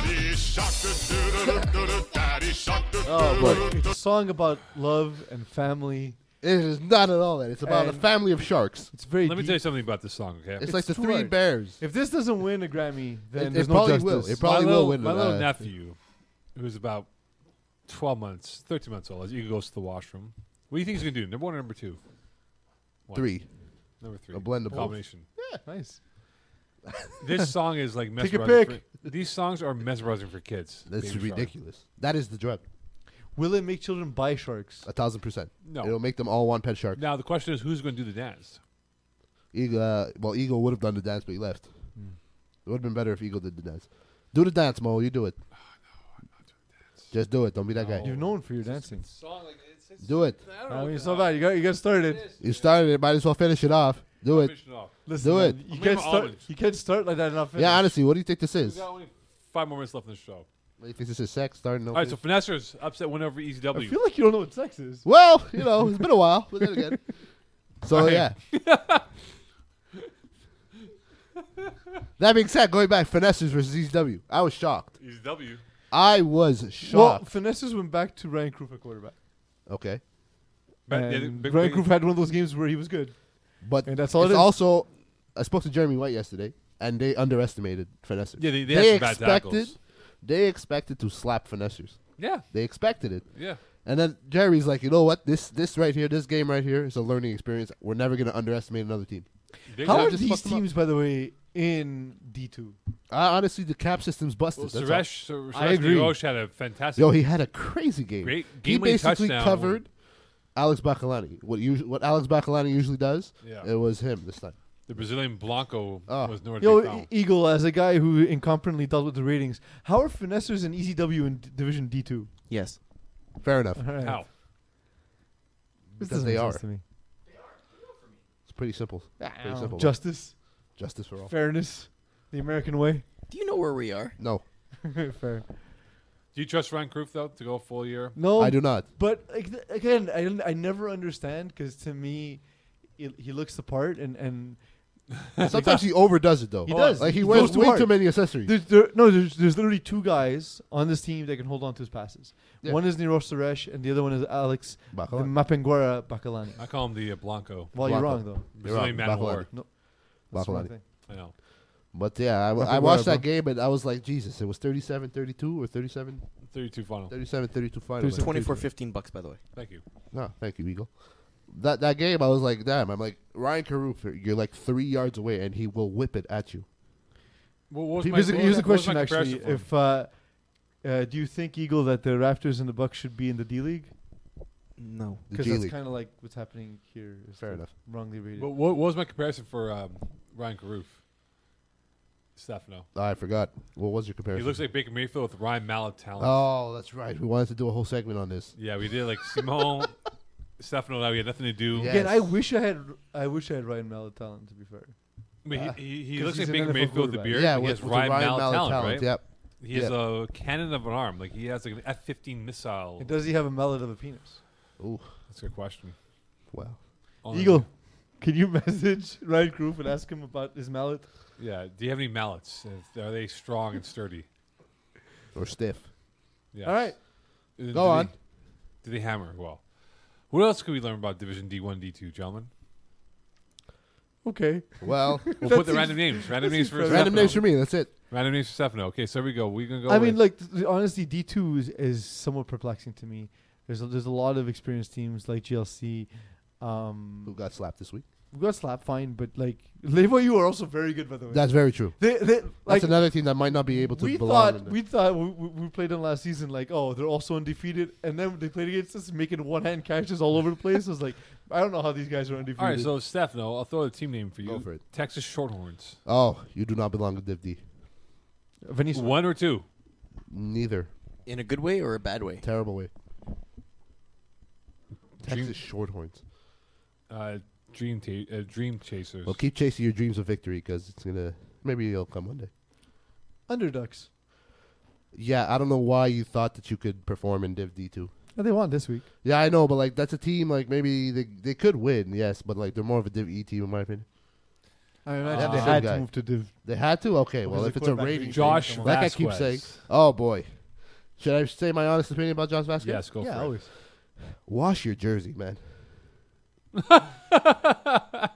Speaker 2: Oh boy.
Speaker 3: It's a song about love and family.
Speaker 2: It is not at all that. It's about a
Speaker 3: And-
Speaker 2: family of sharks.
Speaker 3: It's very.
Speaker 1: Let me
Speaker 3: deep.
Speaker 1: tell you something about this song, okay?
Speaker 2: It's, like the
Speaker 3: too
Speaker 2: three
Speaker 3: hard.
Speaker 2: bears.
Speaker 3: If this doesn't win a Grammy, then
Speaker 2: It-
Speaker 3: there's
Speaker 2: it
Speaker 3: no
Speaker 2: probably
Speaker 3: justice.
Speaker 2: will. It probably
Speaker 1: my little,
Speaker 2: will win
Speaker 1: My
Speaker 2: it,
Speaker 1: little
Speaker 2: uh,
Speaker 1: nephew, who's about 12 months, 13 months old, he goes to the washroom. What do you think he's going to do? Number one or number two? What?
Speaker 2: Three.
Speaker 1: Number three.
Speaker 2: A blend of both.
Speaker 1: Combination.
Speaker 3: yeah, nice.
Speaker 1: this song is like
Speaker 3: Take a
Speaker 1: mesmerizing. For, these songs are mesmerizing for kids.
Speaker 2: This is
Speaker 1: Baby Shark.
Speaker 2: ridiculous. That is the drug.
Speaker 3: Will it make children buy sharks?
Speaker 2: A thousand percent.
Speaker 1: No.
Speaker 2: It'll make them all want pet shark.
Speaker 1: Now, the question is who's going to do the dance?
Speaker 2: Eagle, uh, well, Eagle would have done the dance, but he left.
Speaker 1: Hmm.
Speaker 2: It would have been better if Eagle did the dance. Do the dance, Mo. You do it.
Speaker 1: Ah,
Speaker 2: Just do it. Don't be that
Speaker 1: No.
Speaker 2: guy.
Speaker 3: You're known for your dancing.
Speaker 1: Song, like, it's, it's,
Speaker 2: Do it.
Speaker 1: I don't know.
Speaker 3: I
Speaker 1: what
Speaker 3: mean,
Speaker 1: the
Speaker 3: it's not
Speaker 1: hell
Speaker 3: bad. You got you got
Speaker 1: it
Speaker 3: started.
Speaker 1: is.
Speaker 2: You started it. Might as well finish it off. Do it.
Speaker 1: Finish it off.
Speaker 3: Listen,
Speaker 2: Do
Speaker 3: man,
Speaker 2: it.
Speaker 3: You
Speaker 1: I'm
Speaker 3: can't
Speaker 1: gonna
Speaker 3: start.
Speaker 1: always-
Speaker 3: You can't start like that and not finish.
Speaker 2: Yeah, honestly, what do you think this
Speaker 1: We
Speaker 2: is?
Speaker 1: got only five more minutes left in the show.
Speaker 2: What do you think this is sex starting?
Speaker 1: All right, so Finessers upset win over Easy
Speaker 3: I
Speaker 1: W.
Speaker 3: feel like you don't know what sex is.
Speaker 2: Well, you know, it's been a while, but then again. So
Speaker 1: Right.
Speaker 2: yeah. that being said, going back, finessers versus ECW. I was shocked.
Speaker 1: Easy E W.
Speaker 2: I was
Speaker 3: Well,
Speaker 2: shocked.
Speaker 3: Finesses went back to Ryan Kruf at quarterback.
Speaker 2: okay,
Speaker 1: Ba- yeah,
Speaker 3: And
Speaker 1: big-
Speaker 3: Ryan
Speaker 1: big-
Speaker 3: Kruf had one of those games where he was good.
Speaker 2: but
Speaker 3: And that's all it
Speaker 2: it's
Speaker 3: is.
Speaker 2: also. I spoke to Jeremy White yesterday, and they underestimated finessers.
Speaker 1: Yeah, they- they had some bad
Speaker 2: expected.
Speaker 1: tackles.
Speaker 2: They expected to slap finessers.
Speaker 1: Yeah,
Speaker 2: They expected it.
Speaker 1: yeah.
Speaker 2: And then Jerry's like, you know what? This this right here, this game right here is a learning experience. We're never gonna underestimate another team.
Speaker 1: Big
Speaker 3: How
Speaker 1: time.
Speaker 3: are
Speaker 2: just
Speaker 3: these
Speaker 2: fucked him up.
Speaker 3: teams, by the way, in D two?
Speaker 2: I, honestly, the cap system's busted.
Speaker 1: Well,
Speaker 2: That's all.
Speaker 1: Suresh, Sur- Suresh
Speaker 3: I agree.
Speaker 1: Nirosh had a fantastic.
Speaker 2: Yo, he had a crazy game.
Speaker 1: Great
Speaker 2: he
Speaker 1: game winning
Speaker 2: basically
Speaker 1: touchdown.
Speaker 2: covered Alex Bacalani. What usu- what Alex Bacalani usually does,
Speaker 1: Yeah.
Speaker 3: Uh,
Speaker 2: it was him this time.
Speaker 1: the Brazilian Blanco
Speaker 2: Oh.
Speaker 1: was nowhere to
Speaker 3: Yo,
Speaker 1: be found.
Speaker 3: E- Eagle, as a guy who incompetently dealt with the ratings, how are finessers and ECW in D- Division D two?
Speaker 4: Yes.
Speaker 2: Fair enough.
Speaker 1: How?
Speaker 2: Because
Speaker 3: This doesn't
Speaker 2: they
Speaker 3: make
Speaker 2: are.
Speaker 3: sense to me.
Speaker 2: It's pretty simple. Pretty simple.
Speaker 3: Justice,
Speaker 2: Justice for all.
Speaker 3: fairness, the American way.
Speaker 4: Do you know where we are?
Speaker 2: No,
Speaker 3: Fair.
Speaker 1: Do you trust Ryan Kroof though to go full year?
Speaker 3: No,
Speaker 2: I do not.
Speaker 3: But like, th- again, I don't- I never understand because to me, it, he looks the part, and and
Speaker 2: Sometimes he overdoes it though.
Speaker 3: He does.
Speaker 2: Like he,
Speaker 3: He
Speaker 2: wears
Speaker 3: goes too
Speaker 2: way
Speaker 3: hard.
Speaker 2: too many accessories.
Speaker 3: there's there, no there's there's literally two guys on this team that can hold on to his passes.
Speaker 2: Yeah.
Speaker 3: One is Niro Suresh, and the other one is Alex
Speaker 2: Bacalani.
Speaker 3: Mapenguera Bacalani.
Speaker 1: I call him the uh, Blanco.
Speaker 3: Well,
Speaker 2: Blanco.
Speaker 3: you're wrong though.
Speaker 1: Brazilian
Speaker 2: wrong.
Speaker 1: man of
Speaker 2: Bacalani.
Speaker 1: war.
Speaker 3: That's the wrong
Speaker 2: Bacalani.
Speaker 3: thing.
Speaker 1: I know.
Speaker 2: But yeah, I, I
Speaker 3: Nothing
Speaker 2: watched
Speaker 3: whatever.
Speaker 2: that game and I was like, Jesus, it was 37 32 or 37
Speaker 1: 32 final.
Speaker 2: 37 32 final.
Speaker 3: 37.
Speaker 2: Like,
Speaker 4: Twenty four fifteen bucks, by the way.
Speaker 1: Thank you.
Speaker 2: No, thank you, Eagle. That that game, I was like, damn. I'm like, Ryan Caruth, you're like three yards away and he will whip it at you.
Speaker 1: What, what was my,
Speaker 3: Here's, a,
Speaker 1: what
Speaker 3: here's
Speaker 1: was- what
Speaker 3: a
Speaker 1: was my
Speaker 3: question, actually.
Speaker 1: comparison for?
Speaker 3: If uh, uh, do you think Eagle that the Raptors and the Bucks should be in the D League?
Speaker 4: No.
Speaker 2: The
Speaker 3: Because
Speaker 2: G
Speaker 3: that's
Speaker 2: League.
Speaker 3: kind of like what's happening here. is
Speaker 2: Fair
Speaker 3: the
Speaker 2: enough.
Speaker 3: Wrongly rated.
Speaker 1: what, what was my comparison for um, Ryan Caruth? Stefano.
Speaker 2: I forgot. What was your
Speaker 1: He
Speaker 2: comparison?
Speaker 1: looks like Baker Mayfield with Ryan Mallett talent.
Speaker 2: Oh, that's right. We wanted to do a whole segment on this.
Speaker 1: Yeah, we did like Simone, Stefano. That we had nothing to do.
Speaker 2: Yeah.
Speaker 3: Again, I
Speaker 2: Yes.
Speaker 3: wish I had. I wish I had Ryan Mallett talent. To be fair,
Speaker 1: I mean,
Speaker 2: Uh,
Speaker 1: he, he, he
Speaker 3: 'cause
Speaker 1: looks
Speaker 3: he's
Speaker 1: like Baker
Speaker 3: an NFL
Speaker 1: Mayfield with the
Speaker 3: quarterback.
Speaker 1: beard.
Speaker 2: yeah,
Speaker 1: but he
Speaker 2: with,
Speaker 1: has
Speaker 2: with
Speaker 1: Ryan,
Speaker 2: the Ryan
Speaker 1: Mallett,
Speaker 2: Mallett
Speaker 1: talent, right?
Speaker 2: Yep.
Speaker 1: He has
Speaker 2: yeah.
Speaker 1: a cannon of an arm. Like he has like an F-15 missile.
Speaker 3: and does he have a mallet of a penis?
Speaker 2: Ooh,
Speaker 1: That's a good question.
Speaker 2: wow.
Speaker 1: On-
Speaker 3: Eagle, can you message Ryan Kroof and ask him about his mallet?
Speaker 1: Yeah. Do you have any mallets? If- Are they strong and sturdy?
Speaker 2: Or stiff.
Speaker 1: Yeah.
Speaker 3: All right.
Speaker 1: Uh, do
Speaker 2: Go on.
Speaker 1: They, do they hammer well? What else could we learn about Division D one, D two, gentlemen?
Speaker 3: Okay.
Speaker 2: Well,
Speaker 1: We'll
Speaker 3: That
Speaker 1: put the
Speaker 3: seems-
Speaker 1: random names. Random names for
Speaker 2: random
Speaker 1: Stefano.
Speaker 2: names for me. That's it.
Speaker 1: Random names for Stefano. Okay, so here we go. We're gonna go.
Speaker 3: I
Speaker 1: with-
Speaker 3: mean, like th- th- honestly, D two is, is somewhat perplexing to me. There's a, there's a lot of experienced teams like GLC.
Speaker 2: Who
Speaker 3: Um,
Speaker 2: got slapped this week?
Speaker 3: we got slapped fine, but like Levo, you are also very good by the way.
Speaker 2: That's very true.
Speaker 3: they, they,
Speaker 2: That's
Speaker 3: like
Speaker 2: another team that might not be able to
Speaker 3: we
Speaker 2: belong.
Speaker 3: thought
Speaker 2: in the-
Speaker 3: we thought we, we we played them last season like oh they're also undefeated and then they played against us making one hand catches all over the place. I was like I don't know how these guys are undefeated.
Speaker 1: all right. So Stefano, I'll throw a team name for you.
Speaker 2: Go for it.
Speaker 1: Texas Shorthorns.
Speaker 2: oh, you do not belong in Div D.
Speaker 3: Venice,
Speaker 1: One or two.
Speaker 2: Neither.
Speaker 4: In a good way or a bad way?
Speaker 2: Terrible way.
Speaker 1: Dream-
Speaker 2: Texas Shorthorns.
Speaker 1: Uh, Dream, ta- uh, Dream Chasers.
Speaker 2: Well, keep chasing your dreams of victory because it's gonna. Maybe it'll come one day.
Speaker 3: underdogs.
Speaker 2: Yeah, I don't know why you thought that you could perform in Div D two.
Speaker 3: Oh, they won this week.
Speaker 2: Yeah, I know, but like that's a team like maybe they they could win, yes, but like they're more of a Div E team in my opinion.
Speaker 3: I mean,
Speaker 1: imagine
Speaker 3: imagine
Speaker 1: Ah.
Speaker 3: they
Speaker 1: the
Speaker 3: had
Speaker 2: guy.
Speaker 3: to move to Div.
Speaker 2: They had to. Okay, well
Speaker 3: Because
Speaker 2: if
Speaker 3: the
Speaker 2: it's a
Speaker 3: quarterback
Speaker 2: rating,
Speaker 3: being-
Speaker 1: Josh
Speaker 3: Like
Speaker 2: I keep
Speaker 1: Vasquez.
Speaker 2: saying. oh boy, should I say my honest opinion about Josh Vasquez?
Speaker 1: Yes, go
Speaker 3: yeah,
Speaker 1: for it.
Speaker 3: always.
Speaker 2: Wash your jersey, man.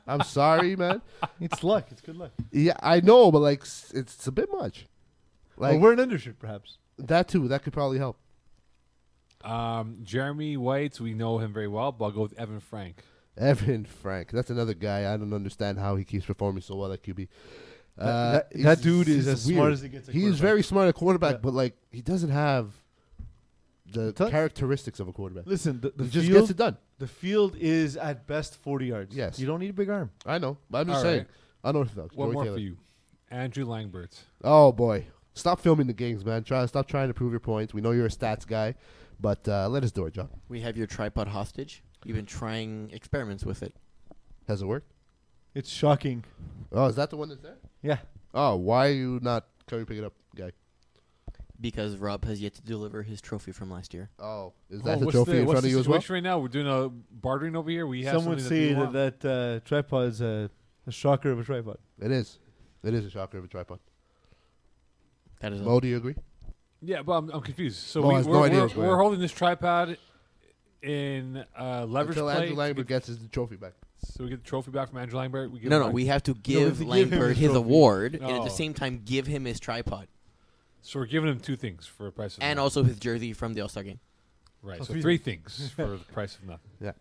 Speaker 2: I'm sorry, man.
Speaker 3: It's luck. It's good luck.
Speaker 2: Yeah, I know, but like s- it's, a bit much.
Speaker 3: Like,
Speaker 2: Like
Speaker 3: we're an undershirt, perhaps.
Speaker 2: that too. That could probably help.
Speaker 1: Um, Jeremy White, we know him very well, but I'll go with Evan Frank.
Speaker 2: Evan Frank. That's another guy. I don't understand how he keeps performing so well at QB. Uh,
Speaker 3: that,
Speaker 2: he's-
Speaker 3: that dude is
Speaker 2: he's
Speaker 3: as
Speaker 2: weird.
Speaker 3: smart as he gets. at
Speaker 2: He's
Speaker 3: quarterback.
Speaker 2: very smart at quarterback,
Speaker 3: Yeah.
Speaker 2: but like he doesn't have the
Speaker 3: Tell-
Speaker 2: characteristics of a quarterback.
Speaker 3: Listen, the, the
Speaker 2: he just
Speaker 3: field.
Speaker 2: gets it done.
Speaker 3: the field is at best forty yards.
Speaker 2: Yes.
Speaker 3: you don't need a big arm.
Speaker 2: I know, but I'm just
Speaker 1: All
Speaker 2: saying.
Speaker 1: right.
Speaker 2: Unorthodox.
Speaker 1: One
Speaker 2: Corey
Speaker 1: more
Speaker 2: Taylor.
Speaker 1: for you, Andrew Langbert.
Speaker 2: Oh boy, stop filming the games, man. Try stop trying to prove your points. We know you're a stats guy, but uh, let us do our job.
Speaker 4: We have your tripod hostage. You've been trying experiments with it.
Speaker 2: Has it worked?
Speaker 3: It's shocking.
Speaker 2: Oh, is that the one that's there?
Speaker 3: Yeah,
Speaker 2: Oh, why are you not coming pick it up, guy?
Speaker 4: Because Rob has yet to deliver his trophy from last year.
Speaker 2: Oh, is
Speaker 1: Oh,
Speaker 2: that the
Speaker 1: what's
Speaker 2: trophy in
Speaker 1: what's
Speaker 2: front
Speaker 1: the
Speaker 2: of you as well?
Speaker 1: situation Right now, we're doing a bartering over here. We have
Speaker 3: some would
Speaker 1: something
Speaker 3: say
Speaker 1: that, we want.
Speaker 3: that that uh, tripod's a, a shocker of a tripod.
Speaker 2: It is. It is a shocker of a tripod.
Speaker 4: That is all.
Speaker 2: Mo, do you agree?
Speaker 1: Yeah, but I'm, I'm confused. So
Speaker 2: No, I
Speaker 1: we,
Speaker 2: have
Speaker 1: we're,
Speaker 2: no idea
Speaker 1: we're,
Speaker 2: what's going
Speaker 1: we're
Speaker 2: on.
Speaker 1: holding this tripod in uh, leverage
Speaker 2: Until
Speaker 1: play.
Speaker 2: Andrew Langford gets his trophy back.
Speaker 1: so we get the trophy back from Andrew Langbert. We give
Speaker 4: No,
Speaker 1: it
Speaker 4: no,
Speaker 1: back.
Speaker 4: we have to
Speaker 3: we have
Speaker 4: give
Speaker 3: to give him
Speaker 4: Langbird
Speaker 3: his
Speaker 4: his
Speaker 3: trophy. Oh.
Speaker 4: award and at
Speaker 1: No.
Speaker 4: the same time give him his tripod
Speaker 1: So we're giving him two things for the price of
Speaker 4: and
Speaker 1: nothing.
Speaker 4: also his jersey from the All Star game.
Speaker 1: right.
Speaker 3: Oh,
Speaker 1: So
Speaker 3: three
Speaker 1: three things for the price of nothing.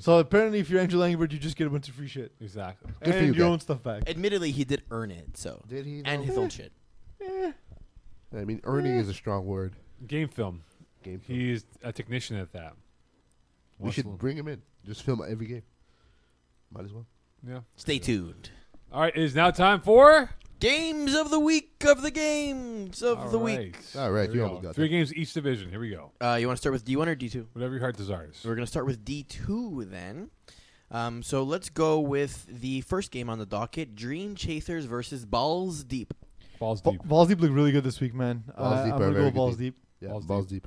Speaker 3: So apparently, if you're Andrew Langbird, you just get a bunch of free shit
Speaker 1: Exactly.
Speaker 2: Good for
Speaker 3: and
Speaker 2: you,
Speaker 3: your
Speaker 2: guy.
Speaker 3: own stuff back.
Speaker 4: Admittedly, he did earn it, so
Speaker 2: Did he?
Speaker 4: and his own shit.
Speaker 2: I mean, earning is a strong word.
Speaker 1: Game film.
Speaker 2: Game. film.
Speaker 1: He's a technician at that.
Speaker 2: we should
Speaker 1: Whistle.
Speaker 2: bring him in. Just film every game. Might as well.
Speaker 1: Yeah.
Speaker 4: Stay tuned.
Speaker 1: All right. It is now time for
Speaker 4: Games of the week of the games of
Speaker 1: All
Speaker 4: the week.
Speaker 1: right.
Speaker 2: All right,
Speaker 1: Here we
Speaker 2: you
Speaker 1: go.
Speaker 2: almost got
Speaker 1: three
Speaker 2: that.
Speaker 1: games each division. Here we go.
Speaker 4: Uh, you want to start with D one or D two?
Speaker 1: Whatever your heart desires.
Speaker 4: We're going to start with D2 then. Um, so let's go with the first game on the docket Dream Chasers versus Balls Deep.
Speaker 1: Balls
Speaker 3: Ba-
Speaker 1: deep.
Speaker 3: Balls deep look really good this week, man.
Speaker 2: Balls
Speaker 3: uh,
Speaker 2: Deep
Speaker 3: I'm
Speaker 2: are
Speaker 3: gonna
Speaker 2: very
Speaker 3: go
Speaker 2: good
Speaker 3: balls deep.
Speaker 2: Yeah,
Speaker 1: Balls
Speaker 2: balls, deep.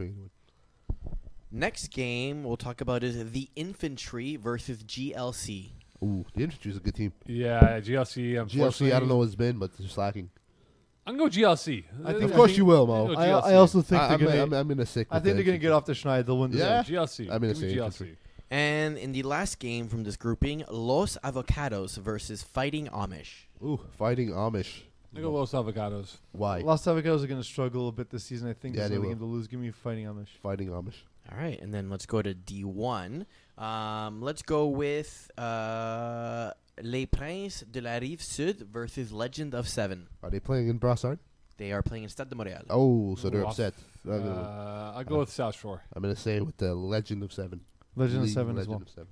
Speaker 4: Next game we'll talk about is the Infantry versus GLC.
Speaker 2: Ooh, the infantry is a good team.
Speaker 1: Yeah. GLC. Unfortunately,
Speaker 2: GLC, I don't know what's been, but they're slacking.
Speaker 1: I'm gonna go GLC.
Speaker 3: I think-
Speaker 2: Of course you will,
Speaker 1: I
Speaker 2: Mo.
Speaker 1: think
Speaker 3: I,
Speaker 1: GLC.
Speaker 3: I also think
Speaker 2: I,
Speaker 3: they're
Speaker 2: I'm,
Speaker 3: gonna.
Speaker 2: I'm, I'm in a sick.
Speaker 3: I
Speaker 2: with
Speaker 3: think
Speaker 2: the
Speaker 3: they're gonna
Speaker 2: infantry.
Speaker 3: get off the schneid. They'll win. This
Speaker 2: Yeah.
Speaker 1: GLC.
Speaker 2: I'm gonna
Speaker 1: Give me
Speaker 2: say
Speaker 1: GLC.
Speaker 4: And in the last game from this grouping, Los Avocados versus Fighting Amish.
Speaker 2: Ooh, fighting Amish.
Speaker 1: I go Los Avocados.
Speaker 2: Why?
Speaker 3: Los Avocados are going to struggle a bit this season. I think
Speaker 2: Yeah,
Speaker 3: yeah,
Speaker 2: they
Speaker 3: they
Speaker 2: will.
Speaker 3: game to lose. Give me fighting Amish.
Speaker 2: Fighting Amish.
Speaker 4: All right, and then let's go to D1. Um, let's go with uh, Les Princes de la Rive Sud versus Legend of Seven.
Speaker 2: Are they playing in Brassard?
Speaker 4: They are playing in Stade de Montréal.
Speaker 2: Oh, so they're
Speaker 1: Los-
Speaker 2: upset.
Speaker 1: Uh,
Speaker 2: I'm gonna-
Speaker 1: I'll go with South Shore.
Speaker 2: I'm gonna say with the Legend of Seven.
Speaker 3: Legend of
Speaker 2: League
Speaker 3: Seven as
Speaker 2: Legend
Speaker 3: well.
Speaker 2: of Seven.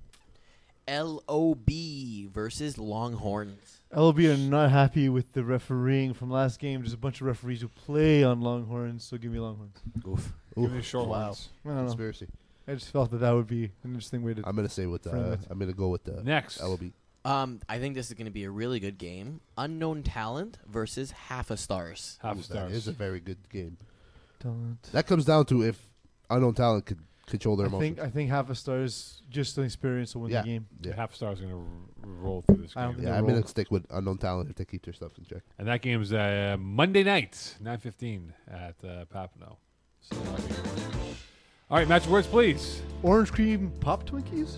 Speaker 4: LOB versus Longhorns.
Speaker 3: LOB are not happy with the refereeing from last game. There's a bunch of referees who play on Longhorns, so give me Longhorns.
Speaker 4: Oof.
Speaker 1: Give me the
Speaker 2: Ooh,
Speaker 1: short
Speaker 2: wow.
Speaker 1: ones.
Speaker 3: I don't know.
Speaker 2: Conspiracy.
Speaker 3: I just felt that that would be an interesting way to.
Speaker 2: I'm gonna say with the.
Speaker 3: Friend
Speaker 2: Uh,
Speaker 3: with-
Speaker 2: I'm gonna go with the
Speaker 1: Next.
Speaker 2: LB.
Speaker 4: Um, I think this is going to be a really good game. Unknown Talent versus Half a Stars.
Speaker 1: Half
Speaker 2: Ooh, That
Speaker 1: stars.
Speaker 2: is a very good game.
Speaker 3: Talent.
Speaker 2: That comes down to if unknown talent could control their
Speaker 3: I
Speaker 2: emotions.
Speaker 3: think I think half a star is just an experience to win
Speaker 2: Yeah.
Speaker 3: the game.
Speaker 2: Yeah.
Speaker 1: Half stars going to r- roll through this
Speaker 3: I don't
Speaker 1: game.
Speaker 3: think
Speaker 2: yeah,
Speaker 3: they're
Speaker 2: I'm gonna
Speaker 3: rolled.
Speaker 2: stick with unknown talent if they keep their stuff in check.
Speaker 1: And that game's uh, Monday night, 9.15 at uh, Papineau. So not gonna get one. All right, match words, please.
Speaker 3: Orange cream pop
Speaker 2: Is
Speaker 3: Twinkies.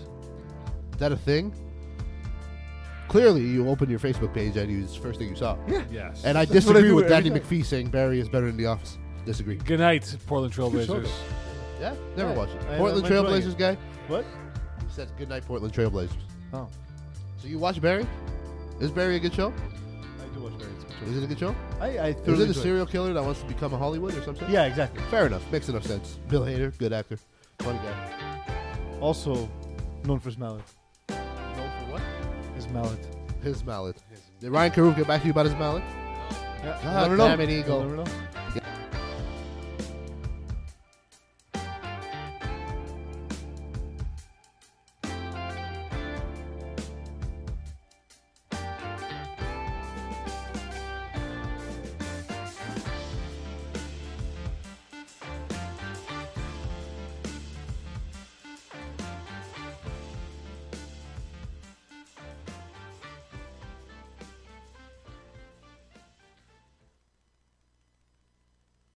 Speaker 2: that a thing? Clearly, you open your Facebook page and you it's the first thing you saw.
Speaker 1: Yes.
Speaker 2: And I
Speaker 3: That's what I
Speaker 2: disagree
Speaker 3: do
Speaker 2: with
Speaker 3: every
Speaker 2: Danny
Speaker 3: time.
Speaker 2: McPhee saying Barry is better than The Office. Disagree.
Speaker 1: Good night, Portland
Speaker 2: show,
Speaker 1: Trailblazers.
Speaker 2: Yeah, never
Speaker 3: Hey,
Speaker 2: watched it.
Speaker 3: I- I'm
Speaker 2: Portland
Speaker 3: enjoying
Speaker 2: Trailblazers guy.
Speaker 3: What?
Speaker 2: He said, "Good night, Portland Trailblazers."
Speaker 3: Oh,
Speaker 2: So you watch Barry? Is Barry a good show?
Speaker 3: I do watch variants.
Speaker 2: Is it a good show?
Speaker 3: I I
Speaker 2: Is
Speaker 3: thoroughly
Speaker 2: it a
Speaker 3: enjoy
Speaker 2: serial killer that wants to become a Hollywood or something?
Speaker 3: Yeah, exactly.
Speaker 2: fair enough. Makes enough sense. Bill Hader, good actor, funny guy.
Speaker 3: Also known for his mallet.
Speaker 2: Known for what?
Speaker 3: His mallet.
Speaker 2: His mallet. Did Ryan Carew get back to you about his mallet?
Speaker 3: Yeah,
Speaker 2: God
Speaker 3: never
Speaker 2: damn
Speaker 3: know.
Speaker 2: it, Eagle.
Speaker 3: Never know.